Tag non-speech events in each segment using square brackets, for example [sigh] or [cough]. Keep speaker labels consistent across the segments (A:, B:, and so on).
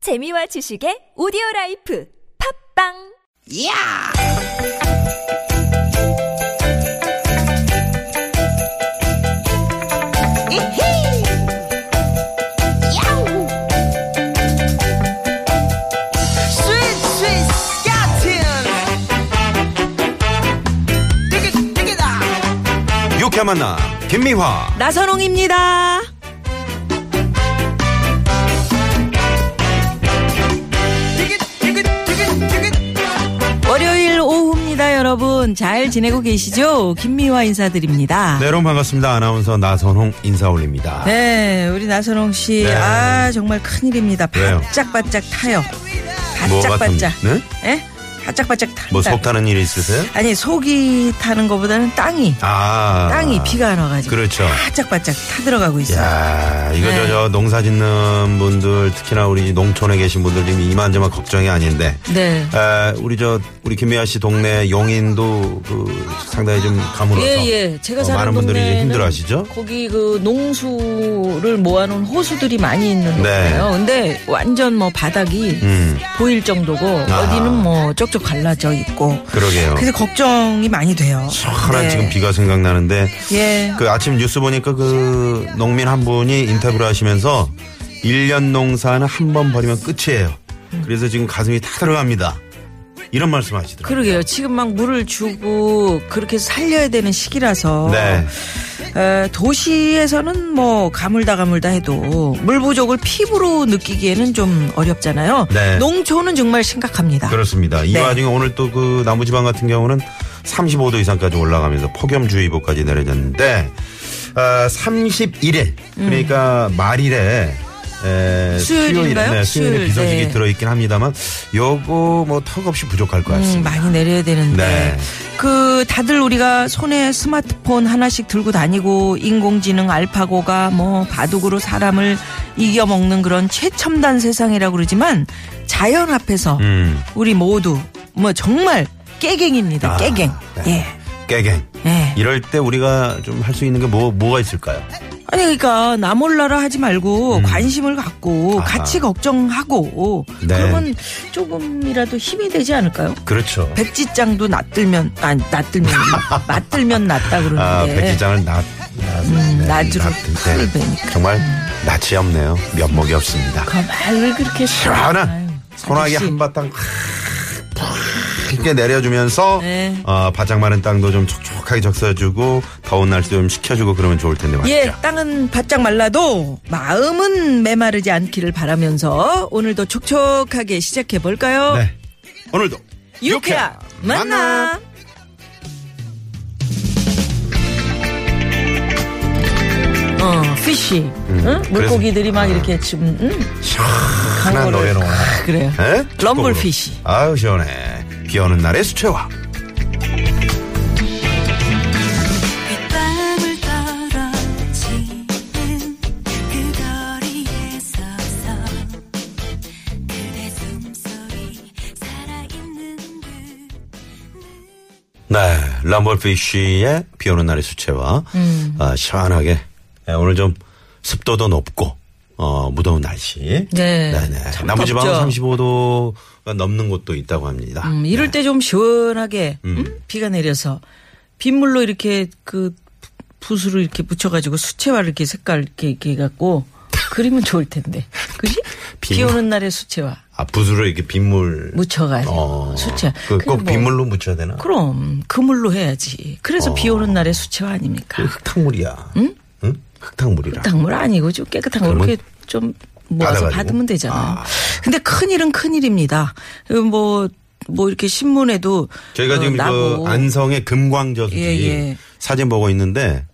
A: 재미와 지식의 오디오 라이프 팝빵
B: 야! 이히! 야우! 스윗, 스윗, 야틴! 되게, 되게다!
C: 유쾌한 만남 김미화
D: 나선홍입니다.
B: 되게, 되게, 되게, 되게!
D: 월요일 오후입니다, 여러분. 잘 지내고 계시죠? 김미화 인사드립니다.
C: 네 여러분 반갑습니다 아나운서 나선홍 인사 올립니다
D: 네, 우리 나선홍 씨.
C: 네.
D: 아, 정말 큰일입니다.
C: 왜요?
D: 바짝바짝 타요.
C: 뭐가 좀-
D: 바짝바짝.
C: 네?
D: 예? 바짝바짝 탄다.
C: 뭐 속타는 일 있으세요?
D: 아니, 속이 타는 것보다는 땅이,
C: 아
D: 땅이 비가 안 와가지고.
C: 그렇죠.
D: 바짝바짝 타들어가고 있어요.
C: 야 이거
D: 네.
C: 저, 저 농사 짓는 분들 특히나 우리 농촌에 계신 분들 지금 이만저만 걱정이 아닌데
D: 네.
C: 에, 우리 저 우리 김미화 씨 동네 용인도 그 상당히 좀 가물어서
D: 예, 예. 제가
C: 어,
D: 사는
C: 많은 분들이
D: 동네는
C: 힘들어하시죠?
D: 거기 그 농수를 모아놓은 호수들이 많이 있는 거예요. 근데 완전 뭐 바닥이
C: 네. 음.
D: 보일 정도고
C: 아.
D: 어디는 뭐 쪽쪽 갈라져 있고.
C: 그러게요.
D: 그래서 걱정이 많이 돼요.
C: 하나
D: 네.
C: 지금 비가 생각나는데
D: 예.
C: 그 아침 뉴스 보니까 그 농민 한 분이 인터뷰를 하시면서 일년 농사는 한 번 버리면 끝이에요. 그래서 지금 가슴이 다 들어갑니다. 이런 말씀 하시더라고요.
D: 그러게요. 지금 막 물을 주고 그렇게 살려야 되는 시기라서
C: 네.
D: 에, 도시에서는 뭐 가물다 가물다 해도 물 부족을 피부로 느끼기에는 좀 어렵잖아요.
C: 네. 그렇죠.
D: 농촌은 정말 심각합니다.
C: 그렇습니다. 이
D: 네.
C: 와중에 오늘 또 그 남부지방 같은 경우는 35도 이상까지 올라가면서 폭염주의보까지 내려졌는데 아, 31일 그러니까 말일에 에,
D: 음. 수요일인가요?
C: 수요일에, 네, 수요일에
D: 수요일,
C: 비서식이
D: 네.
C: 들어있긴 합니다만 요거 뭐 턱없이 부족할 것
D: 음,
C: 같습니다.
D: 많이 내려야 되는데
C: 네.
D: 그 다들 우리가 손에 스마트폰 하나씩 들고 다니고 인공지능 알파고가 뭐 바둑으로 사람을 이겨 먹는 그런 최첨단 세상이라고 그러지만 자연 앞에서
C: 음.
D: 우리 모두 뭐 정말 깨갱입니다.
C: 아,
D: 깨갱.
C: 네. 깨갱.
D: 예. 예.
C: 이럴 때 우리가 좀 할 수 있는 게 뭐, 뭐가 있을까요?
D: 아니 그러니까 나 몰라라 하지 말고 관심을 갖고
C: 음. 아하.
D: 같이 걱정하고
C: 네.
D: 그러면 조금이라도 힘이 되지 않을까요?
C: 그렇죠.
D: 백지장도 낯들면 아니 낯들면 [laughs] 맞들면 낫다 그러는데
C: 아, 백지장을 낫, 낫, 네,
D: 낫으로
C: 낫을 때
D: 풀을 베니까.
C: 정말 낯이 없네요. 면목이 없습니다.
D: 가만 아, 왜 그렇게 아유,
C: 시원한 소나기
D: 아저씨.
C: 한바탕 깊게 내려주면서
D: 네.
C: 어, 바짝 마른 땅도 좀 촉촉하게 적셔주고 더운 날씨 좀 식혀주고 그러면 좋을 텐데 말이죠.
D: 예, 땅은 바짝 말라도 마음은 메마르지 않기를 바라면서 오늘도 촉촉하게 시작해 볼까요?
C: 네. 오늘도
D: 예. 유쾌한 만남. 어, 피쉬. 응?
C: 음, 그래서-
D: 물고기들이 막 이렇게 지금 응?
C: 시원한
D: 광고를
C: 노래로.
D: 아, 그래요.
C: 예?
D: 럼블피쉬.
C: 아유 시원해. 비 오는 날의 수채화.
E: 땀을 떨어지는 그 거리에 서서 그대 숨소리 살아있는 그 듯
C: 네, 럼블피쉬의 비 오는 날의 수채화.
D: 음.
C: 아, 시원하게. 예, 오늘 좀 습도도 높고, 어, 무더운 날씨.
D: 네.
C: 네네.
D: 참
C: 남부지방은
D: 덥죠.
C: 35도가 넘는 곳도 있다고 합니다.
D: 음, 이럴 때 좀 시원하게 음, 비가 내려서 빗물로 이렇게 그 붓으로 이렇게 묻혀가지고 수채화를 이렇게 색깔 이렇게, 이렇게 해갖고 그리면 좋을 텐데. 그지? 비
C: 빗물.
D: 오는 날의 수채화.
C: 아, 붓으로 이렇게 빗물.
D: 묻혀가지고
C: 어,
D: 수채화.
C: 그,
D: 근데
C: 꼭
D: 뭐-
C: 빗물로 묻혀야 되나?
D: 그럼 그물로 해야지. 그래서 비 오는 날의 수채화 아닙니까?
C: 어. 그 흙탕물이야. 응? 흙탕물이라.
D: 흙탕물 아니고 좀 깨끗한 거
C: 그러면
D: 이렇게 좀 모아서
C: 받아가지고?
D: 받으면 되잖아요. 근데 큰일은 큰일입니다. 뭐, 뭐 이렇게 신문에도
C: 저희가
D: 어,
C: 지금 그
D: 나고
C: 안성의 금광저수지
D: 예, 예.
C: 사진 보고 있는데,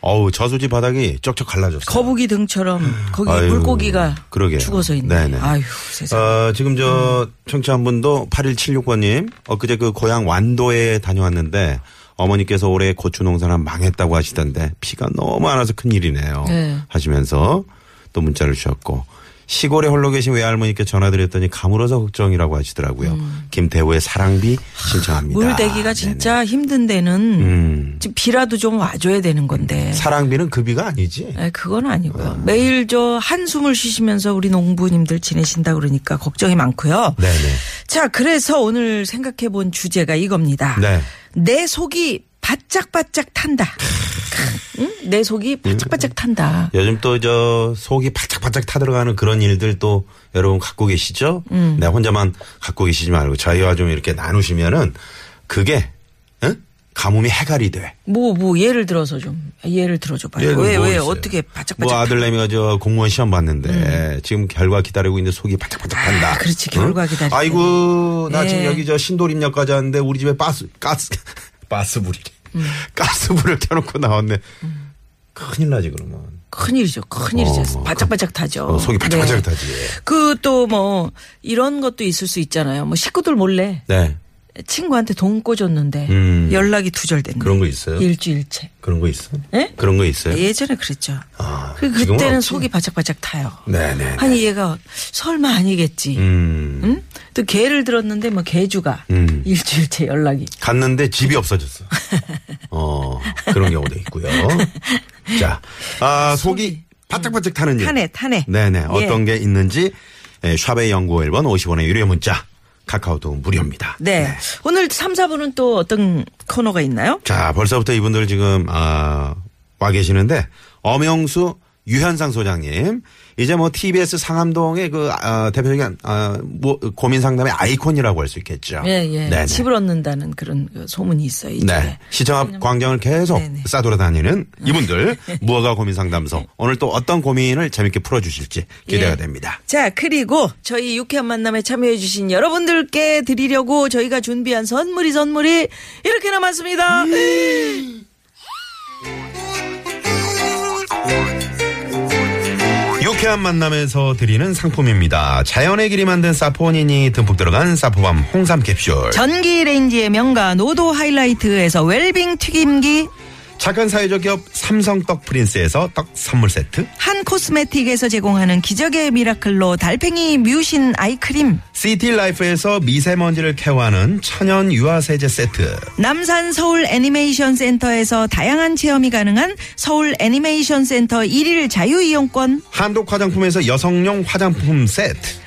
C: 어우, 저수지 바닥이 쩍쩍 갈라졌어요.
D: 거북이 등처럼 거기
C: 아유,
D: 물고기가
C: 그러게요.
D: 죽어서 있네.
C: 네네.
D: 아유 세상.
C: 어, 지금
D: 음.
C: 저 청취 한 분도 8176번님 엊그제 그 고향 완도에 다녀왔는데 어머니께서 올해 고추 농사는 망했다고 하시던데 비가 너무 안 와서 큰일이네요
D: 네.
C: 하시면서 또 문자를 주셨고 시골에 홀로 계신 외할머니께 전화드렸더니 가물어서 걱정이라고 하시더라고요. 김태우의 사랑비 신청합니다.
D: 음. 물대기가 진짜 힘든 데는
C: 아, 음.
D: 지금 비라도 좀 와줘야 되는 건데.
C: 네네. 사랑비는 급이가 아니지.
D: 에, 그건 아니고요. 매일 저 한숨을 쉬시면서 우리 농부님들 지내신다 그러니까 걱정이 많고요.
C: 네네.
D: 자, 그래서 오늘 생각해 본 주제가 이겁니다.
C: 네.
D: 내 속이 바짝바짝 탄다. 응? 내 속이
C: 음.
D: 바짝바짝 탄다.
C: 요즘 또 저 속이 바짝바짝 타들어가는 그런 일들 또 여러분 갖고 계시죠?
D: 음.
C: 네, 혼자만 갖고 계시지 말고 저희와 좀 이렇게 나누시면은 그게 응? 가뭄이 해갈이 돼.
D: 뭐, 뭐, 예를 들어서 좀, 예를 들어줘봐요.
C: 예를
D: 네, 왜,
C: 뭐
D: 왜,
C: 있어요?
D: 어떻게 바짝바짝
C: 뭐
D: 탄다.
C: 아들내미가 저 공무원 시험 봤는데 지금 결과 기다리고 있는데 속이 바짝바짝 한다.
D: 아, 그렇지. 결과 기다릴 때.
C: 아이고 나 지금
D: 예.
C: 여기 저 신도림역까지 왔는데 우리 집에 가스 가스 [laughs] 가스불이
D: 음.
C: 가스불을 켜놓고 나왔네. 큰일 나지 그러면.
D: 큰일이죠. 큰일이죠.
C: 어,
D: 바짝바짝 타죠. 네.
C: 어, 속이 바짝바짝 타지.
D: 그 또 뭐 이런 것도 있을 수 있잖아요. 뭐 식구들 몰래
C: 네.
D: 친구한테 돈 꽂았는데
C: 음.
D: 연락이 두절됐네.
C: 그런 거 있어요?
D: 일주일째.
C: 그런 거 있어?
D: 예?
C: 그런 거 있어요?
D: 예전에 그랬죠.
C: 아,
D: 그
C: 지금은
D: 그때는
C: 없지.
D: 속이 바짝바짝 타요.
C: 네네.
D: 아니 얘가 설마 아니겠지.
C: 음.
D: 응? 또 개를 들었는데 뭐 개주가
C: 음.
D: 일주일째 연락이.
C: 갔는데 집이
D: [laughs]
C: 없어졌어. 어, 그런 경우도 있고요. 자, 아, 속이 바짝바짝 타는 일.
D: 타네, 타네.
C: 네네.
D: 예.
C: 어떤 게 있는지, 에, 샵의 연구 1번 50원의 유료 문자. 카카오톡 무료입니다.
D: 네. 오늘 3, 4부는 또 어떤 코너가 있나요?
C: 자, 벌써부터 이분들 지금, 아, 와 계시는데, 엄영수 유현상 소장님. 이제 뭐 TBS 상암동의 그, 아, 대표적인, 아, 뭐, 고민 상담의 아이콘이라고 할 수 있겠죠.
D: 예, 예.
C: 네네.
D: 집을 얻는다는 그런 그 소문이 있어요. 이제.
C: 네. 시청 앞 광장을 계속
D: 네네. [laughs]
C: 싸돌아다니는 이분들 무허가 고민 상담소 오늘 또 어떤 고민을 재밌게 풀어주실지 기대가
D: 예.
C: 됩니다.
D: 자, 그리고 저희 유쾌한 만남에 참여해주신 여러분들께 드리려고 저희가 준비한 선물이 선물이 이렇게 남았습니다.
C: 유쾌한 만남에서 드리는 상품입니다. 자연의 길이 만든 사포닌이 듬뿍 들어간 사포밤 홍삼 캡슐.
D: 전기레인지의 명가 노도 하이라이트에서 웰빙 튀김기
C: 착한 사회적 기업 삼성 떡 프린스에서 떡 선물 세트.
D: 한 코스메틱에서 제공하는 기적의 미라클로 달팽이 뮤신 아이크림
C: 시티 라이프에서 미세먼지를 케어하는 천연 유화 세제 세트.
D: 남산 서울 애니메이션 센터에서 다양한 체험이 가능한 서울 애니메이션 센터 1일 자유이용권
C: 한독 화장품에서 여성용 화장품 세트.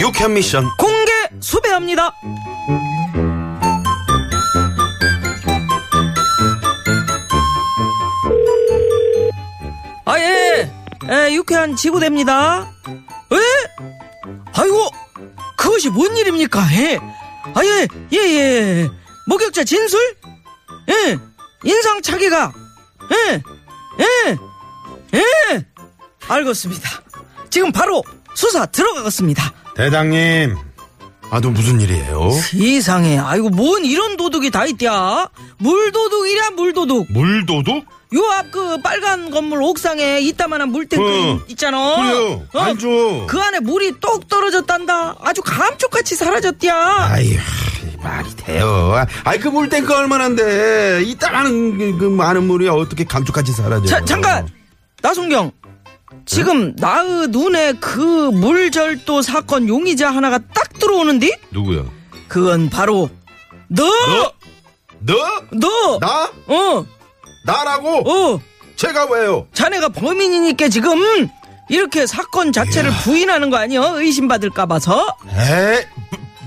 C: 유캔 미션
D: 공개 수배합니다. 아, 예. 예, 유쾌한 지구대입니다. 예? 아이고, 그것이 뭔 일입니까? 예. 아, 예, 예, 예. 목격자 진술? 예. 인상착의가? 예. 예. 예. 알겠습니다. 지금 바로 수사 들어가겠습니다.
C: 대장님 아또 무슨 일이에요?
D: 이상해. 아이고, 뭔 이런 도둑이 다 있디야. 물도둑이랴, 물도둑.
C: 물도둑?
D: 요 앞 그 빨간 건물 옥상에 이따만한 물탱크
C: 어.
D: 있잖아.
C: 그래요. 안 줘.
D: 그 안에 물이 똑 떨어졌단다. 아주 감쪽같이 사라졌디야.
C: 아이 하, 말이 돼요. 아이 그 물탱크 얼마나인데 이따가는 그, 그 많은 물이 어떻게 감쪽같이 사라져요?
D: 자, 잠깐! 나순경. 지금
C: 네?
D: 나의 눈에 그 물절도 사건 용의자 하나가 딱 들어오는디?
C: 누구요?
D: 그건 바로 너!
C: 너? 너?
D: 너!
C: 나?
D: 어!
C: 나라고?
D: 어!
C: 제가 왜요?
D: 자네가 범인이니까 지금 이렇게 사건 자체를 부인하는 거 아니여? 의심받을까 봐서.
C: 에?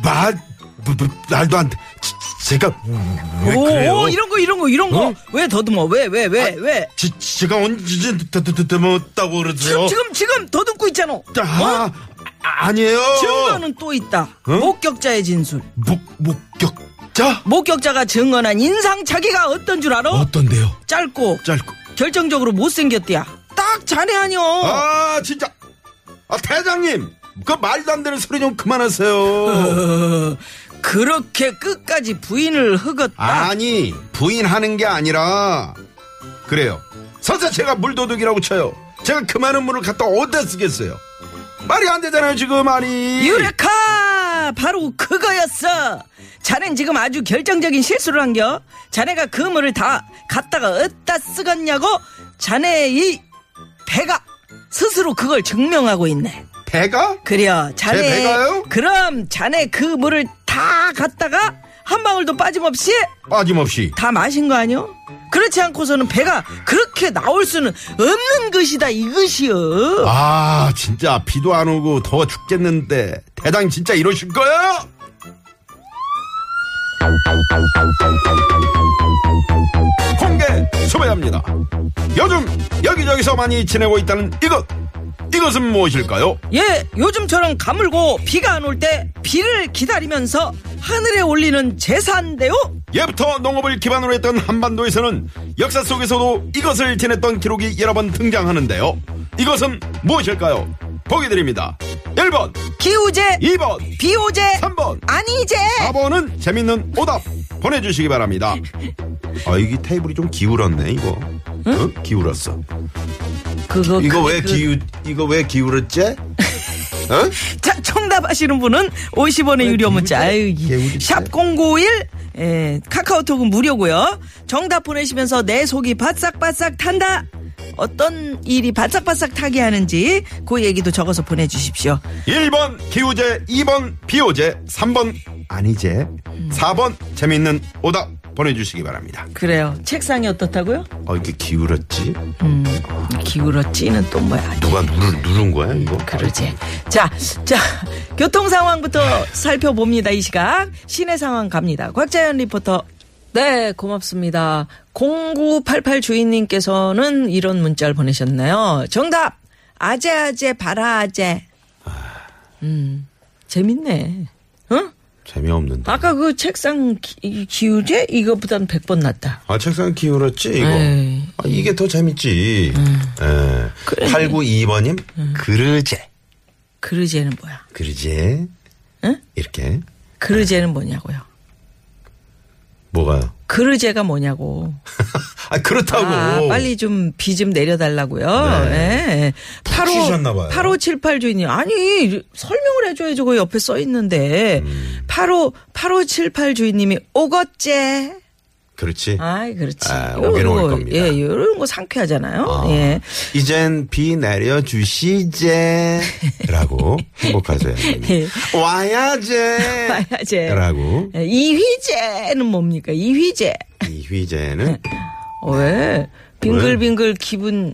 C: 마, 뭐, 뭐, 말도 안 돼. 지- 지- 제가 왜
D: 오,
C: 그래요?
D: 오, 이런 거 이런 거 이런
C: 어?
D: 거 왜 더듬어? 왜 왜 왜 왜?
C: 지, 제가 언제 드드드드었다고
D: 지금
C: 그러세요?
D: 지금 지금 더듬고 있잖아.
C: 아, 어?
D: 어?
C: 아, 아니에요.
D: 증거는 또 있다.
C: 응?
D: 목격자의 진술.
C: 목 목격자
D: 목격자가 증언한 인상착의가 어떤 줄 알아?
C: 어떤데요?
D: 짧고
C: 짧고
D: 결정적으로 못생겼대야. 딱 막 잘해 아니요.
C: 아 진짜 아 대장님 그 말도 안 되는 소리 좀 그만하세요
D: 어, 그렇게 끝까지 부인을 허겄다.
C: 아니 부인하는 게 아니라 그래요 설사 제가 물도둑이라고 쳐요 제가 그 많은 물을 갖다 어디다 쓰겠어요 말이 안 되잖아요 지금 아니
D: 유레카! 바로 그거였어! 자넨 지금 아주 결정적인 실수를 한겨. 자네가 그물을 다 갖다가 어디다 쓰겠냐고 자네의 이 배가 스스로 그걸 증명하고 있네.
C: 배가
D: 그려 자네
C: 제 배가요?
D: 그럼 자네 그 물을 다 갖다가 한 방울도 빠짐없이
C: 빠짐없이
D: 다 마신 거 아니요? 그렇지 않고서는 배가 그렇게 나올 수는 없는 것이다 이것이여.
C: 아 진짜 비도 안 오고 더워 죽겠는데 대장님 진짜 이러실 거예요? 공개 수배합니다 요즘 여기저기서 많이 지내고 있다는 이것 이것은 무엇일까요?
D: 예, 요즘처럼 가물고 비가 안 올 때 비를 기다리면서 하늘에 올리는 제사인데요.
C: 예부터 농업을 기반으로 했던 한반도에서는 역사 속에서도 이것을 지냈던 기록이 여러 번 등장하는데요 이것은 무엇일까요? 보기 드립니다 1번
D: 기우제,
C: 2번
D: 비오제,
C: 3번
D: 아니제.
C: 4번은 재밌는 오답 보내주시기 바랍니다. 아 이게 테이블이 좀 기울었네 이거. 어? 기울었어.
D: 그거
C: 이거
D: 그게
C: 왜
D: 그-
C: 기울 이거 왜 기울었지? 어?
D: 자, 정답하시는 분은 50원의 유료 문자. 아유, 이-
C: 개구리
D: 샵
C: 때.
D: 091. 예, 카카오톡은 무료고요. 정답 보내시면서 내 속이 바싹바싹 탄다. 어떤 일이 바싹바싹 타게 하는지 그 얘기도 적어서 보내주십시오.
C: 1번 기우제, 2번 비오제, 3번 아니제, 4번 재밌는 오답 보내주시기 바랍니다.
D: 그래요. 책상이 어떻다고요?
C: 어 이게 기울었지?
D: 기울었지는 또 뭐야.
C: 누가 누른, 누른 거야 아, 이거?
D: 그러지. 자, 자, 교통 상황부터 살펴봅니다. 이 시각 시내 상황 갑니다. 곽자연 리포터. 네, 고맙습니다. 0988 주인님께서는 이런 문자를 보내셨나요? 정답. 아재 아재 바라 아재. 음, 재밌네. 응?
C: 재미없는데.
D: 아까 그 책상 기, 기우제 이거보단 100번 낫다.
C: 아, 책상 기울었지, 이거.
D: 에이.
C: 아, 이게 더 재밌지.
D: 음.
C: 예. 892번님, 그르제.
D: 그르제는 뭐야?
C: 그르제.
D: 응?
C: 이렇게.
D: 그르제는 뭐냐고요?
C: 뭐가요?
D: 그르제가 뭐냐고.
C: 아, 그렇다고.
D: 아, 빨리 좀 비 좀 내려달라고요.
C: 네.
D: 예.
C: 푹 쉬셨나 봐요.
D: 8578 주인님. 아니, 설명을 해줘야죠. 그 옆에 써 있는데.
C: 음.
D: 85, 8578 주인님이 오겄제.
C: 그렇지.
D: 아이, 그렇지.
C: 아,
D: 요런
C: 오긴 올
D: 거,
C: 겁니다.
D: 예, 이런 거 상쾌하잖아요.
C: 아,
D: 예. [laughs]
C: 이젠 비
D: [laughs]
C: 내려주시제. 라고 행복하세요.
D: 예.
C: 와야제.
D: 봐야제.
C: 라고.
D: 예, 이휘제는 뭡니까? 이휘제.
C: 이휘제는,
D: 왜? 빙글빙글 기분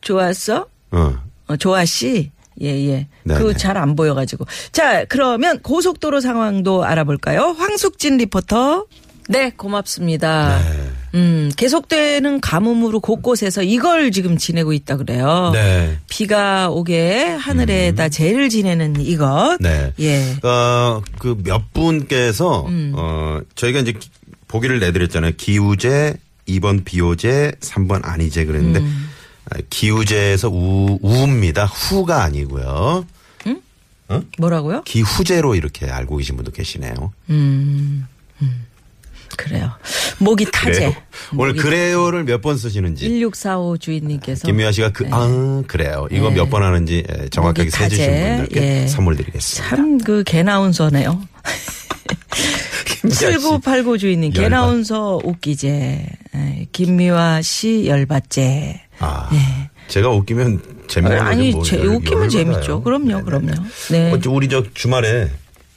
D: 좋았어?
C: 어,
D: 어, 조아 씨. 예, 예.
C: 네,
D: 그
C: 네.
D: 잘 안 보여가지고. 자, 그러면 고속도로 상황도 알아볼까요? 황숙진 리포터. 네, 고맙습니다.
C: 네.
D: 음, 계속되는 가뭄으로 곳곳에서 이걸 지금 지내고 있다 그래요.
C: 네. 음.
D: 비가 오게 하늘에다 재를 지내는 이것.
C: 네.
D: 예. 음.
C: 어, 그 몇 분께서, 어, 저희가 이제 기- 보기를 내드렸잖아요. 기우제, 2번 비오제, 3번 아니제 그랬는데,
D: 음.
C: 아, 기우제에서 우, 우입니다. 후가 아니고요.
D: 뭐라고요?
C: 기후제로 이렇게 알고 계신 분도 계시네요.
D: 그래요. 목이 타제. 뭐
C: 그래요. 오늘 그래요를 몇 번 쓰시는지.
D: 1645 주인님께서.
C: 김미아 씨가 그, 아, 그래요. 이거 몇 번 하는지 예, 정확하게
D: 네. 목이
C: 세주신
D: 타제.
C: 분들께
D: 예.
C: 선물 드리겠습니다.
D: 참 그 개나운서네요. 7989 주인님
C: 열받-
D: 개나운서 웃기제 에, 김미화 씨 열받제
C: 아, 제가 웃기면 재미없는
D: 예.
C: 뭐
D: 아니 제, 웃기면 재밌죠 그럼요 그럼요 네
C: 어째 우리 저 주말에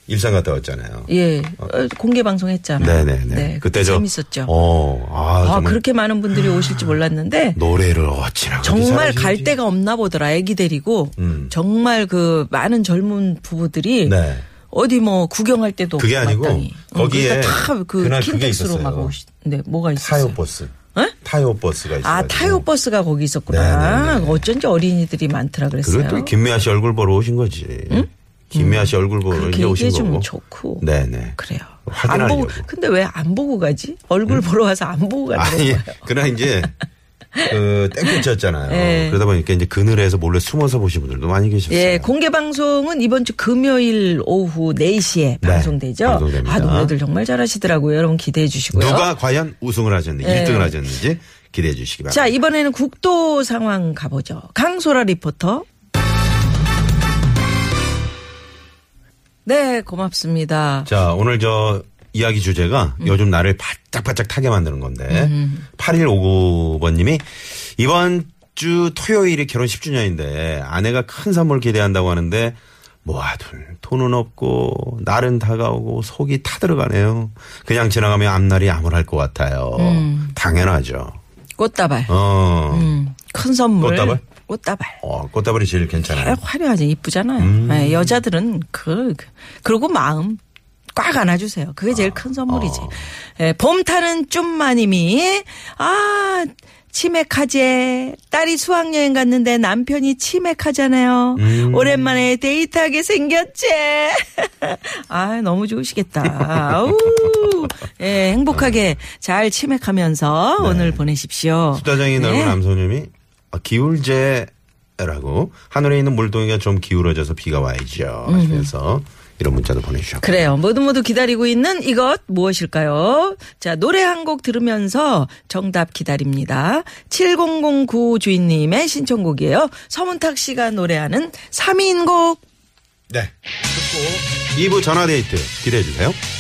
C: 일산 갔다 왔잖아요.
D: 예, 어, 공개 방송 했잖아요.
C: 네네네.
D: 네,
C: 그때 저
D: 재밌었죠.
C: 어, 아,
D: 아,
C: 정말 아,
D: 그렇게 많은 분들이 오실지 몰랐는데
C: 노래를 어찌나 그렇게
D: 정말
C: 잘하시는지.
D: 갈 데가 없나 보더라. 아기 데리고
C: 음.
D: 정말 그 많은 젊은 부부들이
C: 네.
D: 어디 뭐 구경할 데도
C: 그게
D: 없고
C: 아니고
D: 마땅히. 어,
C: 거기에
D: 그러니까
C: 그날
D: 다그
C: 그게
D: 킨텍스로
C: 있었어요.
D: 막 오시. 네, 뭐가 있었어요?
C: 타요 버스.
D: 에?
C: 타요 버스가 있어요.
D: 아 타요 버스가 거기 있었구나.
C: 네네네.
D: 어쩐지 어린이들이 많더라 그랬어요.
C: 그리고 또 김미아 씨 얼굴 보러 오신 거지. 김미아 씨 얼굴 보러 이제
D: 그렇게
C: 오신
D: 얘기해 주면
C: 거고.
D: 좋고.
C: 네네.
D: 그래요. 안
C: 확인하려고.
D: 보고 근데 왜 안 보고 가지? 얼굴 보러 와서 안 보고 가는
C: 아니
D: [laughs] 거예요.
C: 그날 이제 그 땡볕이었잖아요.
D: 예.
C: 그러다 보니까 이제 그늘에서 몰래 숨어서 보신 분들도 많이 계셨어요.
D: 예, 공개 방송은 이번 주 금요일 오후 4시에
C: 네,
D: 방송되죠.
C: 방송됩니다.
D: 아, 노래들 정말 잘하시더라고요. 여러분 기대해 주시고요.
C: 누가 과연 우승을 하셨는지,
D: 예.
C: 일 1등을 하셨는지 기대해 주시기 바랍니다.
D: 자, 이번에는 국도 상황 가보죠. 강소라 리포터. 네, 고맙습니다.
C: 자, 오늘 저 이야기 주제가 요즘 나를 바짝바짝 타게 만드는 건데 8159번님이 이번 주 토요일이 결혼 10주년인데 아내가 큰 선물 기대한다고 하는데 뭐하든 돈은 없고 날은 다가오고 속이 타들어가네요. 그냥 지나가면 앞날이 암울할 것 같아요. 음. 당연하죠.
D: 꽃다발.
C: 어,
D: 음, 큰 선물.
C: 꽃다발?
D: 꽃다발.
C: 어, 꽃다발이 제일
D: 아,
C: 괜찮아요. 음.
D: 화려하죠. 이쁘잖아요. 예, 여자들은 그, 그- 그러고 마음 꽉 안아주세요. 그게 제일 큰 선물이지.
C: 어.
D: 예, 봄 타는 쫌마님이 아 치맥하제 딸이 수학여행 갔는데 남편이 치맥하잖아요.
C: 음.
D: 오랜만에 데이트하게 생겼지. [laughs] 아 너무 좋으시겠다. 아우 예, 행복하게
C: [laughs]
D: 잘 치맥하면서 오늘 보내십시오.
C: 네. 수다장이 넓은
D: 네.
C: 남소님이 아, 기울제라고 하늘에 있는 물동이가 좀 기울어져서 비가 와야죠 하시면서 이런 문자도 보내주셨고
D: 그래요. 모두 모두 기다리고 있는 이것 무엇일까요? 자, 노래 한 곡 들으면서 정답 기다립니다. 7009 주인님의 신청곡이에요. 서문탁 씨가 노래하는 3인곡.
C: 네 듣고 2부 전화데이트 기대해주세요